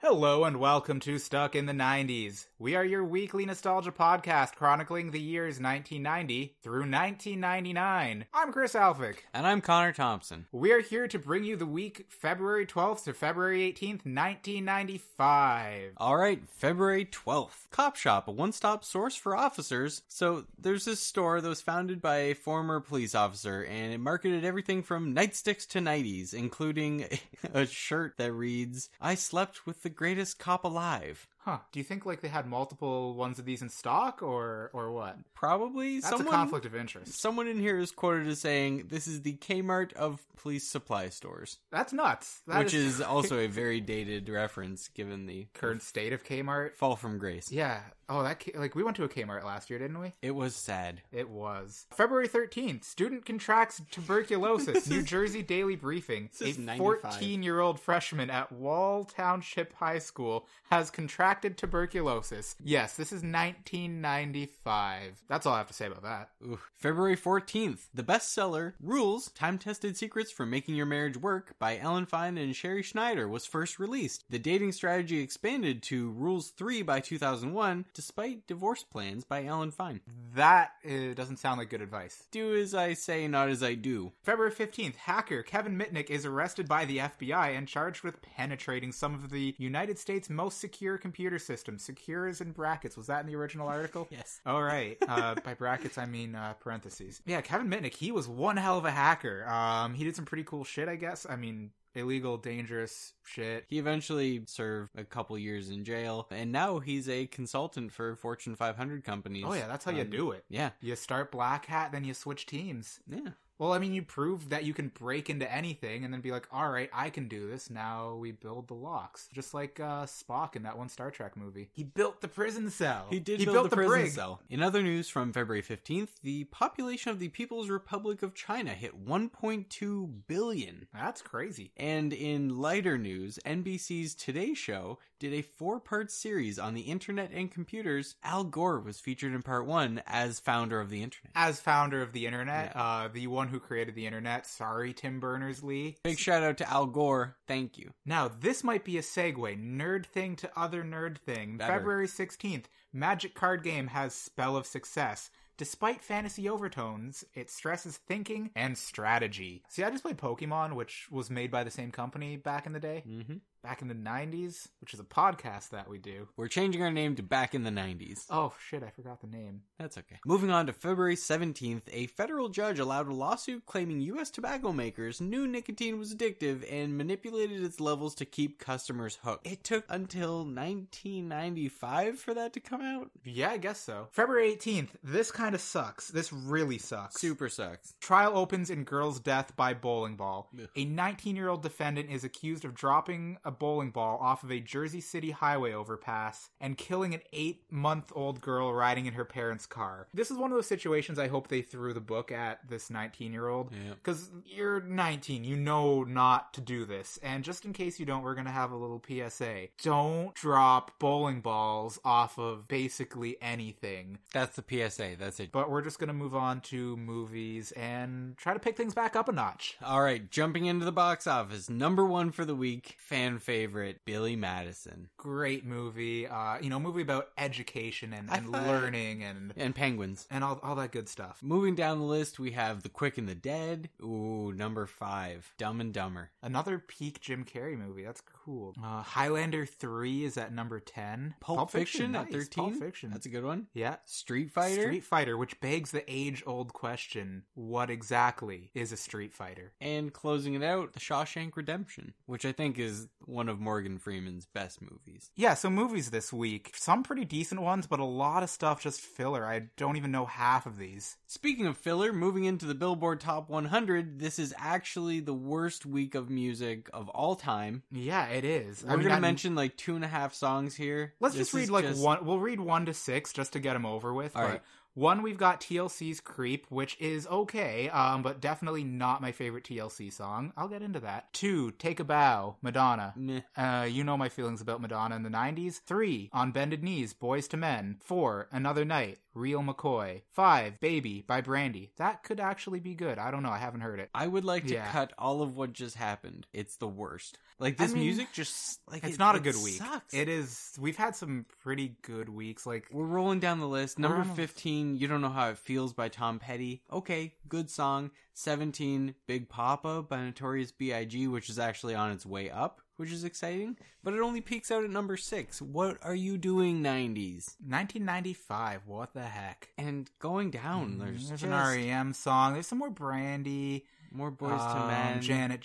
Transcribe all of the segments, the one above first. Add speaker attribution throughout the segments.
Speaker 1: Hello and welcome to Stuck in the 90s. We are your weekly nostalgia podcast chronicling the years 1990 through 1999. I'm Chris Alphick.
Speaker 2: And I'm Connor Thompson.
Speaker 1: We are here to bring you the week February 12th to February 18th, 1995.
Speaker 2: All right, February 12th. Cop Shop, a one stop source for officers. So there's this store that was founded by a former police officer, and it marketed everything from nightsticks to 90s, including a shirt that reads, I slept with the greatest cop alive.
Speaker 1: Huh. Do you think like they had multiple ones of these in stock or or what?
Speaker 2: Probably
Speaker 1: That's
Speaker 2: someone.
Speaker 1: a conflict of interest.
Speaker 2: Someone in here is quoted as saying, This is the Kmart of police supply stores.
Speaker 1: That's nuts. That
Speaker 2: which is also a very dated reference given the
Speaker 1: current state of Kmart.
Speaker 2: fall from grace.
Speaker 1: Yeah. Oh, that K- like we went to a Kmart last year, didn't we?
Speaker 2: It was sad.
Speaker 1: It was. February 13th, student contracts tuberculosis. New Jersey Daily Briefing.
Speaker 2: This is
Speaker 1: a
Speaker 2: 95.
Speaker 1: 14 year old freshman at Wall Township High School has contracted tuberculosis. Yes, this is 1995. That's all I have to say about that.
Speaker 2: Oof. February 14th, the bestseller Rules Time Tested Secrets for Making Your Marriage Work by Ellen Fine and Sherry Schneider was first released. The dating strategy expanded to Rules 3 by 2001, despite divorce plans by Ellen Fine.
Speaker 1: That uh, doesn't sound like good advice.
Speaker 2: Do as I say, not as I do.
Speaker 1: February 15th, hacker Kevin Mitnick is arrested by the FBI and charged with penetrating some of the United States' most secure computer systems. Secure is in brackets. Was that in the original article?
Speaker 2: Yes.
Speaker 1: All right. Uh, by brackets, I mean uh, parentheses. Yeah, Kevin Mitnick, he was one hell of a hacker. Um, he did some pretty cool shit, I guess. I mean, illegal, dangerous shit.
Speaker 2: He eventually served a couple years in jail, and now he's a consultant for Fortune 500 companies.
Speaker 1: Oh, yeah, that's how you
Speaker 2: Um,
Speaker 1: do it.
Speaker 2: Yeah.
Speaker 1: You start Black Hat, then you switch teams.
Speaker 2: Yeah.
Speaker 1: Well, I mean, you prove that you can break into anything and then be like, all right, I can do this. Now we build the locks. Just like uh, Spock in that one Star Trek movie. He built the prison cell.
Speaker 2: He did build the, prison cell. In other news from February 15th, the population of the People's Republic of China hit 1.2 billion.
Speaker 1: That's crazy.
Speaker 2: And in lighter news, NBC's Today Show did a four part series on the internet and computers. Al Gore was featured in part one as founder of the internet.
Speaker 1: As founder of the internet, uh, the one who created the internet, sorry, Tim Berners Lee.
Speaker 2: Big shout out to Al Gore. Thank you.
Speaker 1: Now, this might be a segue nerd thing to other nerd thing.
Speaker 2: Better.
Speaker 1: February 16th, Magic Card Game has Spell of Success. Despite fantasy overtones, it stresses thinking and strategy. See, I just played Pokemon, which was made by the same company back in the day,
Speaker 2: hmm
Speaker 1: back in the 90s, which is a podcast that we do.
Speaker 2: We're changing our name to Back in the 90s.
Speaker 1: Oh shit, I forgot the name.
Speaker 2: That's okay. Moving on to February 17th, a federal judge allowed a lawsuit claiming U.S. tobacco makers knew nicotine was addictive and manipulated its levels to keep customers hooked. It took until 1995 for that to come out.
Speaker 1: Yeah, I guess so. February 18th, this kind of sucks. This really sucks.
Speaker 2: Super sucks.
Speaker 1: Trial opens in girl's death by bowling ball.
Speaker 2: Ugh.
Speaker 1: A 19 year old defendant is accused of dropping a bowling ball off of a Jersey City highway overpass and killing an eight month old girl riding in her parents' car. This is one of those situations I hope they threw the book at this 19 year old.
Speaker 2: Yeah.
Speaker 1: Because you're 19, you know not to do this. And just in case you don't, we're going to have a little PSA. Don't drop bowling balls off of basically anything
Speaker 2: That's the PSA. That's it.
Speaker 1: but we're just going to move on to movies and try to pick things back up a notch.
Speaker 2: All right, jumping into the box office. Number one for the week, fan favorite, Billy Madison.
Speaker 1: Great movie, uh, you know, movie about education and,
Speaker 2: I
Speaker 1: and
Speaker 2: thought-
Speaker 1: learning and
Speaker 2: And Penguins.
Speaker 1: and all all that good stuff.
Speaker 2: Moving down the list, we have The Quick and the Dead. Ooh, number five, Dumb and Dumber.
Speaker 1: Another peak Jim Carrey movie. That's cool. Uh, Highlander three is at number ten.
Speaker 2: Pulp, Fiction, at
Speaker 1: nice.
Speaker 2: 13.
Speaker 1: Pulp Fiction.
Speaker 2: That's a good one.
Speaker 1: yeah.
Speaker 2: Street Fighter.
Speaker 1: Street Fighter, which begs the age old question: What exactly is a Street Fighter?
Speaker 2: And closing it out, The Shawshank Redemption, which I think is one of Morgan Freeman's best movies.
Speaker 1: Yeah, so movies this week. Some pretty decent ones, but a lot of stuff just filler. I don't even know half of these.
Speaker 2: Speaking of filler, moving into the Billboard Top 100, this is actually the worst week of music of all time.
Speaker 1: Yeah, it is.
Speaker 2: We're gonna mention like two and a half songs here.
Speaker 1: Let's
Speaker 2: This
Speaker 1: just read
Speaker 2: is
Speaker 1: like one. We'll read one to six just to get them over with.
Speaker 2: All
Speaker 1: but
Speaker 2: right.
Speaker 1: One we've got TLC's "Creep," which is okay, um, but definitely not my favorite TLC song. I'll get into that. Two, "Take a Bow," Madonna.
Speaker 2: Meh.
Speaker 1: Uh, you know my feelings about Madonna in the '90s. Three, "On Bended Knees," Boys to Men. Four, "Another Night," Real McCoy. Five, Baby by Brandy. That could actually be good. I don't know. I haven't heard it.
Speaker 2: I would like to
Speaker 1: Yeah.
Speaker 2: cut all of what just happened. It's the worst. Like
Speaker 1: I
Speaker 2: this
Speaker 1: mean,
Speaker 2: music just like
Speaker 1: It's
Speaker 2: it-
Speaker 1: not a
Speaker 2: it
Speaker 1: good week.
Speaker 2: Sucks.
Speaker 1: It is. We've had some pretty good weeks. Like,
Speaker 2: We're rolling down the list.
Speaker 1: We're
Speaker 2: Number
Speaker 1: on a-
Speaker 2: 15, You Don't Know How It Feels by Tom Petty. Okay, good song. 17, Big Papa by Notorious B.I.G., which is actually on its way up, which is exciting. But it only peaks out at number 6. What are you doing, 90s?
Speaker 1: 1995. What the heck?
Speaker 2: And going down, there's,
Speaker 1: Mm, There's
Speaker 2: just
Speaker 1: an E REM song. There's some more Brandy.
Speaker 2: more boys to
Speaker 1: um,
Speaker 2: men.
Speaker 1: Janet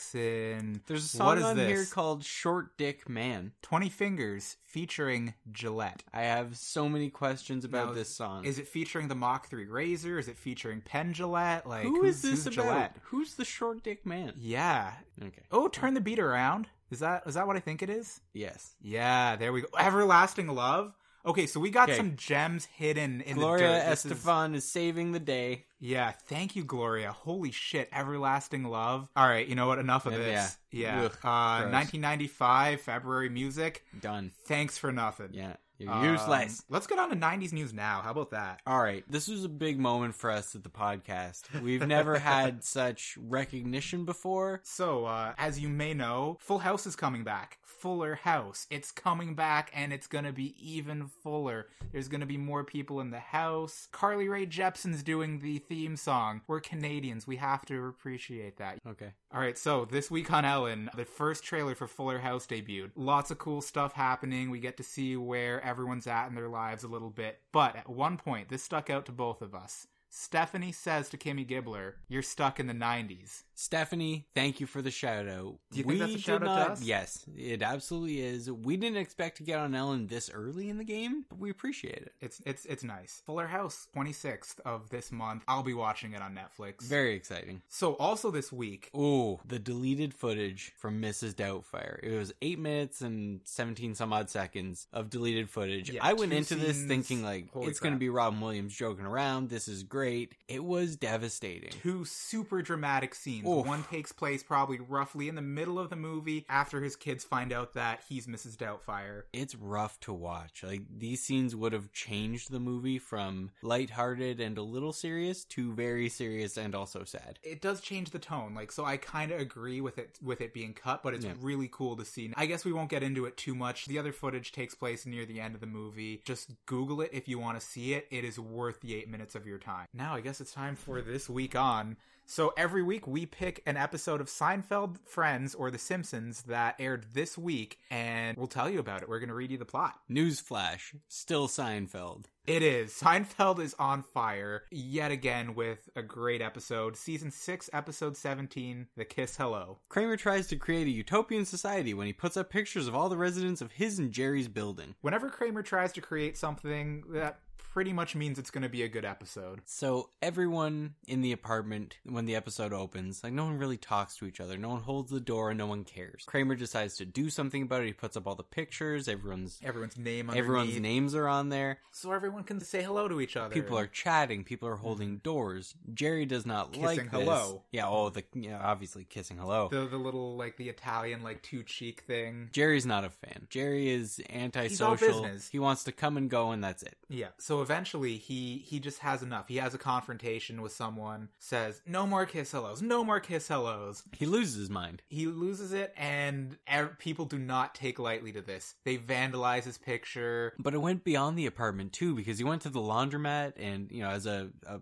Speaker 1: Jackson.
Speaker 2: there's a
Speaker 1: What
Speaker 2: song
Speaker 1: is
Speaker 2: on
Speaker 1: this?
Speaker 2: here called Short Dick Man.
Speaker 1: 20 Fingers featuring Gillette.
Speaker 2: I have so many questions about
Speaker 1: Now,
Speaker 2: this song.
Speaker 1: Is it featuring the Mach 3 Razor? Is it featuring Penn Gillette? Like,
Speaker 2: Who
Speaker 1: who's,
Speaker 2: is this
Speaker 1: who's
Speaker 2: about?
Speaker 1: Gillette?
Speaker 2: Who's the Short Dick Man?
Speaker 1: Yeah.
Speaker 2: Okay.
Speaker 1: Oh, turn the beat around. Is that is that what I think it is?
Speaker 2: Yes.
Speaker 1: Yeah, there we go. Everlasting Love. Okay, so we got
Speaker 2: Okay.
Speaker 1: some gems hidden in the
Speaker 2: Gloria
Speaker 1: dirt. This is-
Speaker 2: Estefan is... saving the day.
Speaker 1: yeah, thank you, Gloria. Holy shit, Everlasting Love. All right, you know what? Enough of
Speaker 2: Yeah,
Speaker 1: this.
Speaker 2: yeah.
Speaker 1: Yeah,
Speaker 2: Ugh,
Speaker 1: uh,
Speaker 2: gross.
Speaker 1: 1995 February music.
Speaker 2: Done.
Speaker 1: Thanks for nothing.
Speaker 2: Yeah. You're
Speaker 1: Um,
Speaker 2: useless.
Speaker 1: Let's get on to 90s news now. How about that?
Speaker 2: All right. This was a big moment for us at the podcast. We've never had such recognition before.
Speaker 1: So, uh, as you may know, Full House is coming back. Fuller House. It's coming back and it's gonna be even fuller. There's gonna be more people in the house. Carly Rae Jepsen's doing the theme song. We're Canadians. We have to appreciate that.
Speaker 2: Okay.
Speaker 1: Alright, so this week on Ellen, the first trailer for Fuller House debuted. Lots of cool stuff happening. We get to see where everyone's at in their lives a little bit. But at one point, this stuck out to both of us. Stephanie says to Kimmy Gibbler, You're stuck in the 90s.
Speaker 2: Stephanie, thank you for the shout out.
Speaker 1: Do you think that's a
Speaker 2: did
Speaker 1: shout-out to us?
Speaker 2: Yes, it absolutely is. We didn't expect to get on Ellen this early in the game, but we appreciate it.
Speaker 1: It's it's it's nice. Fuller House, 26th of this month. I'll be watching it on Netflix.
Speaker 2: Very exciting.
Speaker 1: so also this week,
Speaker 2: Ooh, the deleted footage from Mrs. Doubtfire. It was eight minutes and seventeen some odd seconds of deleted footage.
Speaker 1: Yeah,
Speaker 2: I went
Speaker 1: two
Speaker 2: into this
Speaker 1: scenes.
Speaker 2: thinking like
Speaker 1: Holy
Speaker 2: it's going to
Speaker 1: crap.
Speaker 2: be Robin Williams joking around. This is great. It was devastating.
Speaker 1: two super dramatic scenes.
Speaker 2: Oof.
Speaker 1: One takes place probably roughly in the middle of the movie after his kids find out that he's Mrs. Doubtfire.
Speaker 2: It's rough to watch. Like these scenes would have changed the movie from lighthearted and a little serious to very serious and also sad.
Speaker 1: It does change the tone, like so. I kind of agree with it with it being cut, but it's
Speaker 2: Yeah.
Speaker 1: really cool to see. I guess we won't get into it too much. The other footage takes place near the end of the movie. Just Google it if you want to see it. It is worth the eight minutes of your time. Now, I guess it's time for this week on. So every week we pick an episode of Seinfeld, Friends, or The Simpsons that aired this week, and we'll tell you about it. We're going to read you the plot.
Speaker 2: Newsflash, still Seinfeld.
Speaker 1: It is. Seinfeld is on fire yet again with a great episode. Season 6, episode 17, The Kiss Hello.
Speaker 2: Kramer tries to create a utopian society when he puts up pictures of all the residents of his and Jerry's building.
Speaker 1: Whenever Kramer tries to create something, that pretty much means it's going to be a good episode.
Speaker 2: So everyone in the apartment, when the episode opens, like no one really talks to each other. No one holds the door and no one cares. Kramer decides to do something about it. He puts up all the pictures. Everyone's
Speaker 1: Everyone's name underneath.
Speaker 2: everyone's names are on there.
Speaker 1: So everyone can say hello to each other.
Speaker 2: People are chatting. People are holding doors. Jerry does not
Speaker 1: Mm-hmm. Kissing
Speaker 2: like this.
Speaker 1: hello.
Speaker 2: Yeah. Oh, the yeah, obviously kissing hello.
Speaker 1: The, the little, like, the Italian, like, two cheek thing.
Speaker 2: Jerry's not a fan. Jerry is
Speaker 1: all
Speaker 2: antisocial.
Speaker 1: business.
Speaker 2: He wants to come and go, and that's it.
Speaker 1: Yeah. So eventually he he just has enough. He has a confrontation with someone, says, "No more kiss hellos. No more kiss hellos."
Speaker 2: He loses his mind.
Speaker 1: he loses it and ev- people do not take lightly to this they vandalize his picture
Speaker 2: But it went beyond the apartment too, because he went to the laundromat, and you know, as a, a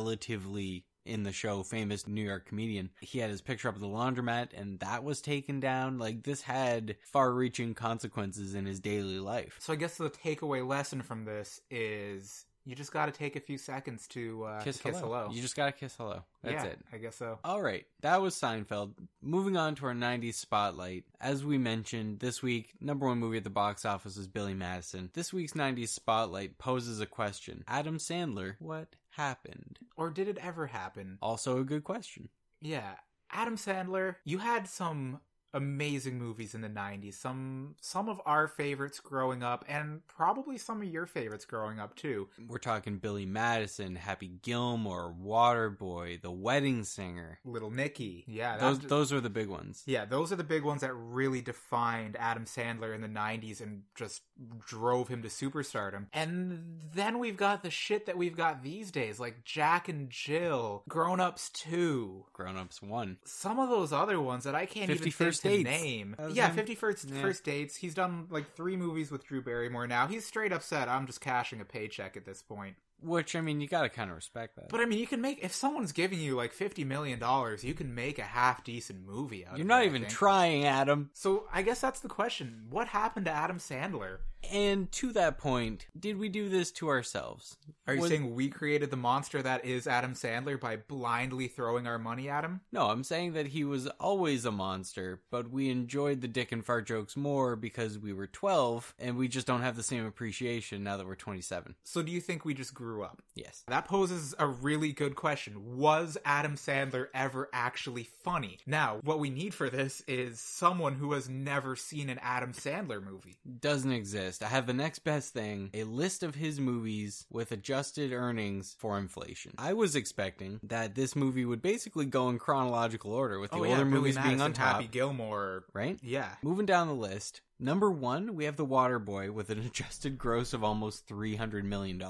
Speaker 2: relatively in the show famous New York comedian, he had his picture up at the laundromat, and that was taken down. Like this had far-reaching consequences in his daily life.
Speaker 1: so i guess the takeaway lesson from this is you just got to take a few seconds to uh,
Speaker 2: Kiss,
Speaker 1: to kiss
Speaker 2: hello.
Speaker 1: hello,
Speaker 2: You just gotta kiss hello. That's
Speaker 1: yeah,
Speaker 2: it.
Speaker 1: i guess so
Speaker 2: All right, that was Seinfeld. Moving on to our 90s spotlight. As we mentioned, this week, number one movie at the box office was Billy Madison. This week's 90s spotlight poses a question Adam Sandler, what happened?
Speaker 1: or did it ever happen
Speaker 2: Also, a good question.
Speaker 1: yeah adam sandler you had some amazing movies in the 90s some some of our favorites growing up and probably some of your favorites growing up too
Speaker 2: We're talking Billy Madison, Happy Gilmore, Waterboy, The Wedding Singer.
Speaker 1: little nicky yeah
Speaker 2: Those
Speaker 1: that's-
Speaker 2: those were the big ones.
Speaker 1: yeah those are the big ones that really defined adam sandler in the 90s and just drove him to superstardom and then we've got the shit that we've got these days like jack and jill grown-ups 2
Speaker 2: Grown Ups One.
Speaker 1: some of those other ones that I can't even
Speaker 2: 51st
Speaker 1: first to
Speaker 2: Dates.
Speaker 1: name.
Speaker 2: That was
Speaker 1: Yeah,
Speaker 2: him.
Speaker 1: Fifty First
Speaker 2: Yeah.
Speaker 1: First Dates. He's done like three movies with Drew Barrymore now. He's straight up said, "I'm just cashing a paycheck at this point."
Speaker 2: Which I mean, you gotta kind of respect that.
Speaker 1: But I mean, you can make if someone's giving you like fifty million dollars, you can make a half decent movie. Out
Speaker 2: You're
Speaker 1: of
Speaker 2: not
Speaker 1: it, I
Speaker 2: even
Speaker 1: think.
Speaker 2: trying, Adam.
Speaker 1: So I guess that's the question: What happened to Adam Sandler?
Speaker 2: And to that point, did we do this to ourselves?
Speaker 1: Are you
Speaker 2: Was-
Speaker 1: saying we created the monster that is Adam Sandler by blindly throwing our money at him?
Speaker 2: No, I'm saying that he was always a monster, but we enjoyed the dick and fart jokes more because we were 12 and we just don't have the same appreciation now that we're 27.
Speaker 1: So do you think we just grew up?
Speaker 2: Yes.
Speaker 1: That poses a really good question. Was Adam Sandler ever actually funny? Now, what we need for this is someone who has never seen an Adam Sandler movie.
Speaker 2: Doesn't exist. I have the next best thing a list of his movies with adjusted earnings for inflation. I was expecting that this movie would basically go in chronological order, with the older
Speaker 1: Oh, Billy
Speaker 2: movies being
Speaker 1: Madison,
Speaker 2: on top.
Speaker 1: Happy Gilmore.
Speaker 2: Right?
Speaker 1: Yeah.
Speaker 2: Moving down the list, number one, we have The Waterboy with an adjusted gross of almost $300 million.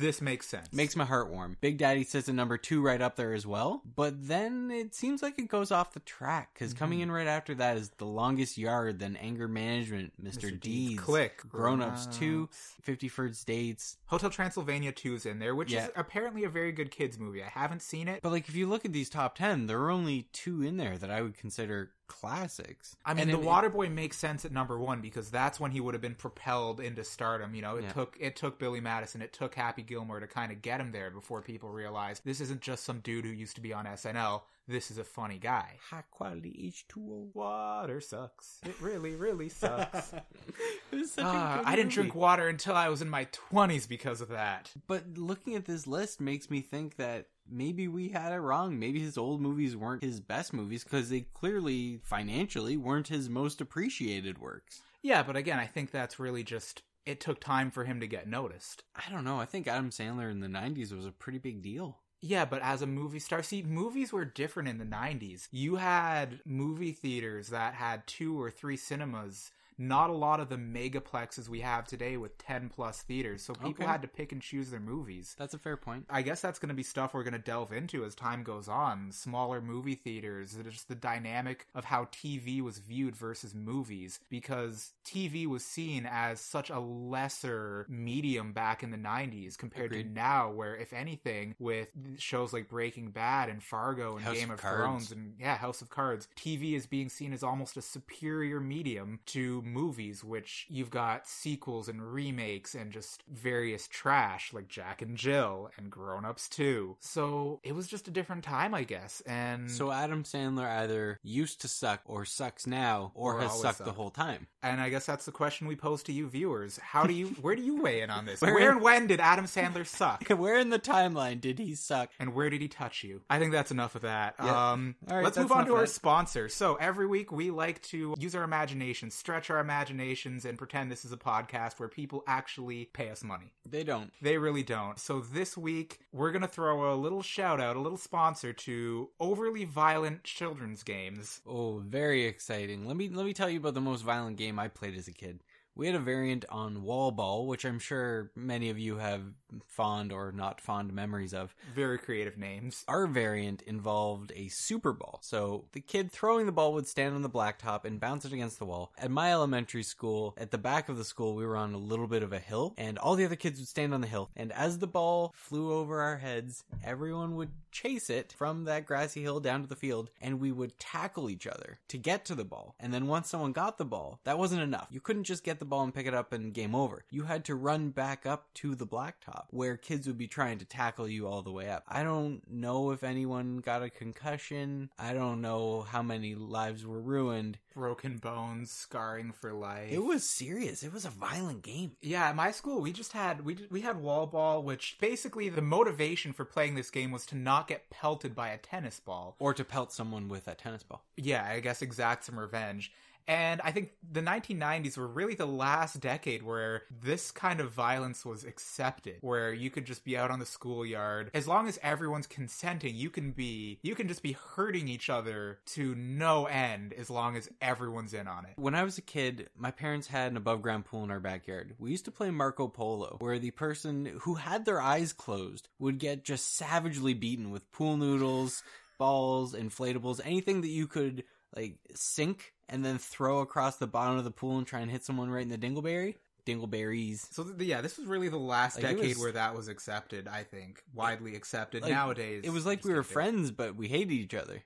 Speaker 1: This makes sense.
Speaker 2: Makes my heart warm. Big Daddy sits at number two right up there as well. But then it seems like it goes off the track because coming
Speaker 1: Mm-hmm.
Speaker 2: in right after that is The Longest Yard, then Anger Management, Mr.
Speaker 1: Deeds,
Speaker 2: Deeds,
Speaker 1: Click,
Speaker 2: Grown Ups
Speaker 1: Grown-Ups.
Speaker 2: 2, 50 First Dates.
Speaker 1: Hotel Transylvania 2's in there, which
Speaker 2: Yeah.
Speaker 1: is apparently a very good kids movie. I haven't seen it.
Speaker 2: But like if you look at these top 10, there are only two in there that I would consider classics.
Speaker 1: I mean,
Speaker 2: And
Speaker 1: The
Speaker 2: it-
Speaker 1: Waterboy makes sense at number one because that's when he would have been propelled into stardom. You know, it
Speaker 2: Yeah.
Speaker 1: took it took Billy Madison, it took Happy Gilmore to kind of get him there before people realized this isn't just some dude who used to be on SNL. This is a funny guy.
Speaker 2: High quality H2O.
Speaker 1: Water sucks. It really, really sucks.
Speaker 2: It was such a
Speaker 1: Ah,
Speaker 2: good
Speaker 1: I didn't
Speaker 2: movie.
Speaker 1: drink water until I was in my twenties because of that.
Speaker 2: But looking at this list makes me think that maybe we had it wrong. Maybe his old movies weren't his best movies because they clearly, financially, weren't his most appreciated works.
Speaker 1: Yeah, but again, I think that's really just it took time for him to get noticed.
Speaker 2: I don't know. I think Adam Sandler in the 90s was a pretty big deal.
Speaker 1: Yeah, but as a movie star, see, movies were different in the 90s. You had movie theaters that had two or three cinemas, not a lot of the megaplexes we have today with 10 plus theaters. So people
Speaker 2: Okay.
Speaker 1: had to pick and choose their movies.
Speaker 2: That's a fair point.
Speaker 1: I guess that's going to be stuff we're going to delve into as time goes on. Smaller movie theaters, just the dynamic of how TV was viewed versus movies, because TV was seen as such a lesser medium back in the 90s compared to
Speaker 2: Agreed.
Speaker 1: now, where, if anything, with shows like Breaking Bad and Fargo and
Speaker 2: House
Speaker 1: Game
Speaker 2: of
Speaker 1: of,
Speaker 2: Cards.
Speaker 1: Thrones and, yeah, House of Cards, TV is being seen as almost a superior medium to movies, which you've got sequels and remakes and just various trash like Jack and Jill and Grown Ups too. So it was just a different time, I guess. And
Speaker 2: So Adam Sandler either used to suck or sucks now or,
Speaker 1: Or
Speaker 2: has
Speaker 1: always
Speaker 2: sucked the
Speaker 1: sucked.
Speaker 2: whole time.
Speaker 1: and I guess that's the question we pose to you viewers. How do you where do you weigh in on this?
Speaker 2: Where-
Speaker 1: Where, and when did Adam Sandler suck?
Speaker 2: Where in the timeline did he suck?
Speaker 1: And where did he touch you? I think that's enough of that.
Speaker 2: Yeah.
Speaker 1: Um,
Speaker 2: All right,
Speaker 1: let's
Speaker 2: that's
Speaker 1: move on
Speaker 2: enough
Speaker 1: to
Speaker 2: of
Speaker 1: our
Speaker 2: that.
Speaker 1: sponsor. So every week we like to use our imaginations, stretch our imaginations, and pretend this is a podcast where people actually pay us money.
Speaker 2: They don't.
Speaker 1: They really don't. So this week, we're going to throw a little shout out, a little sponsor to overly violent children's games.
Speaker 2: Oh, very exciting. Let me let me tell you about the most violent game I played as a kid. We had a variant on wall ball, which I'm sure many of you have fond or not fond memories of.
Speaker 1: Very creative names.
Speaker 2: Our variant involved a super ball. So the kid throwing the ball would stand on the blacktop and bounce it against the wall. At my elementary school, at the back of the school, we were on a little bit of a hill, and all the other kids would stand on the hill. And as the ball flew over our heads, everyone would chase it from that grassy hill down to the field, and we would tackle each other to get to the ball. And then once someone got the ball, that wasn't enough. You couldn't just get the the ball and pick it up and game over. You had to run back up to the blacktop where kids would be trying to tackle you all the way up. I don't know if anyone got a concussion. I don't know how many lives were ruined.
Speaker 1: Broken bones, scarring for life.
Speaker 2: It was serious. It was a violent game.
Speaker 1: Yeah, at my school we just had we we had wall ball, which basically the motivation for playing this game was to not get pelted by a tennis ball.
Speaker 2: Or to pelt someone with a tennis ball.
Speaker 1: Yeah, I guess exact some revenge. And I think the 1990s were really the last decade where this kind of violence was accepted, where you could just be out on the schoolyard. As long as everyone's consenting, you can be, you can just be hurting each other to no end as long as everyone's in on it.
Speaker 2: When I was a kid, my parents had an above ground pool in our backyard. We used to play Marco Polo, where the person who had their eyes closed would get just savagely beaten with pool noodles, balls, inflatables, anything that you could like sink and then throw across the bottom of the pool and try and hit someone right in the dingleberry dingleberries
Speaker 1: So th- yeah, this was really the last
Speaker 2: Like, it
Speaker 1: decade
Speaker 2: was-
Speaker 1: where that was accepted. I think widely accepted
Speaker 2: like,
Speaker 1: nowadays.
Speaker 2: it was like
Speaker 1: just
Speaker 2: we were
Speaker 1: don't do it.
Speaker 2: friends but we hated each other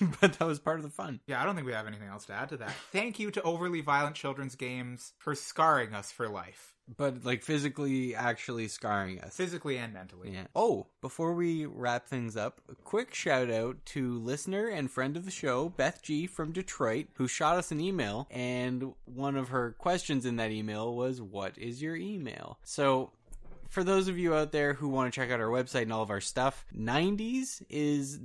Speaker 2: but that was part of the fun
Speaker 1: Yeah, I don't think we have anything else to add to that. Thank you to overly violent children's games for scarring us for life,
Speaker 2: but like physically actually scarring us
Speaker 1: physically and mentally.
Speaker 2: yeah. Oh, before we wrap things up, a quick shout out to listener and friend of the show, Beth G from Detroit, who shot us an email. And one of her questions in that email was, What is your email? So for those of you out there who want to check out our website and all of our stuff, 90s is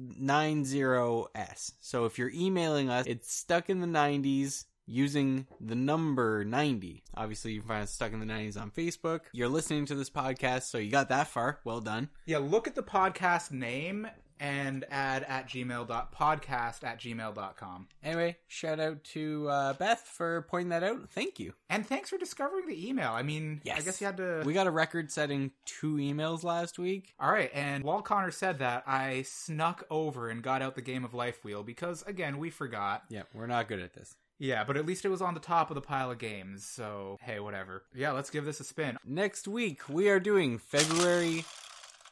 Speaker 2: 90s. So if you're emailing us, it's stuck in the 90s using the number 90. Obviously, you can find us stuck in the 90s on Facebook. You're listening to this podcast, so you got that far. Well done.
Speaker 1: Yeah, look at the podcast name and add at gmail dot podcast at gmail dot com.
Speaker 2: Anyway, shout out to uh, Beth for pointing that out. Thank you.
Speaker 1: And thanks for discovering the email. I mean, I
Speaker 2: Yes.
Speaker 1: guess you had to.
Speaker 2: We got a record setting two emails last week.
Speaker 1: All right, and while Connor said that, I snuck over and got out the game of Life Wheel because, again, we forgot.
Speaker 2: Yeah, we're not good at this.
Speaker 1: Yeah, but at least it was on the top of the pile of games, so hey, whatever. Yeah, let's give this a spin.
Speaker 2: Next week, we are doing February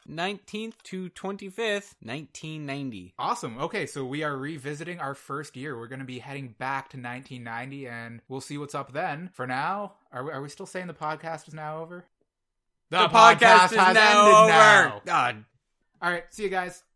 Speaker 2: 19th to 25th, 1990.
Speaker 1: Awesome. Okay, so we are revisiting our first year. We're going to be heading back to 1990, and we'll see what's up then. For now, are we, are we still saying the podcast is now over?
Speaker 2: The, podcast, is now over. God.
Speaker 1: All right, see you guys.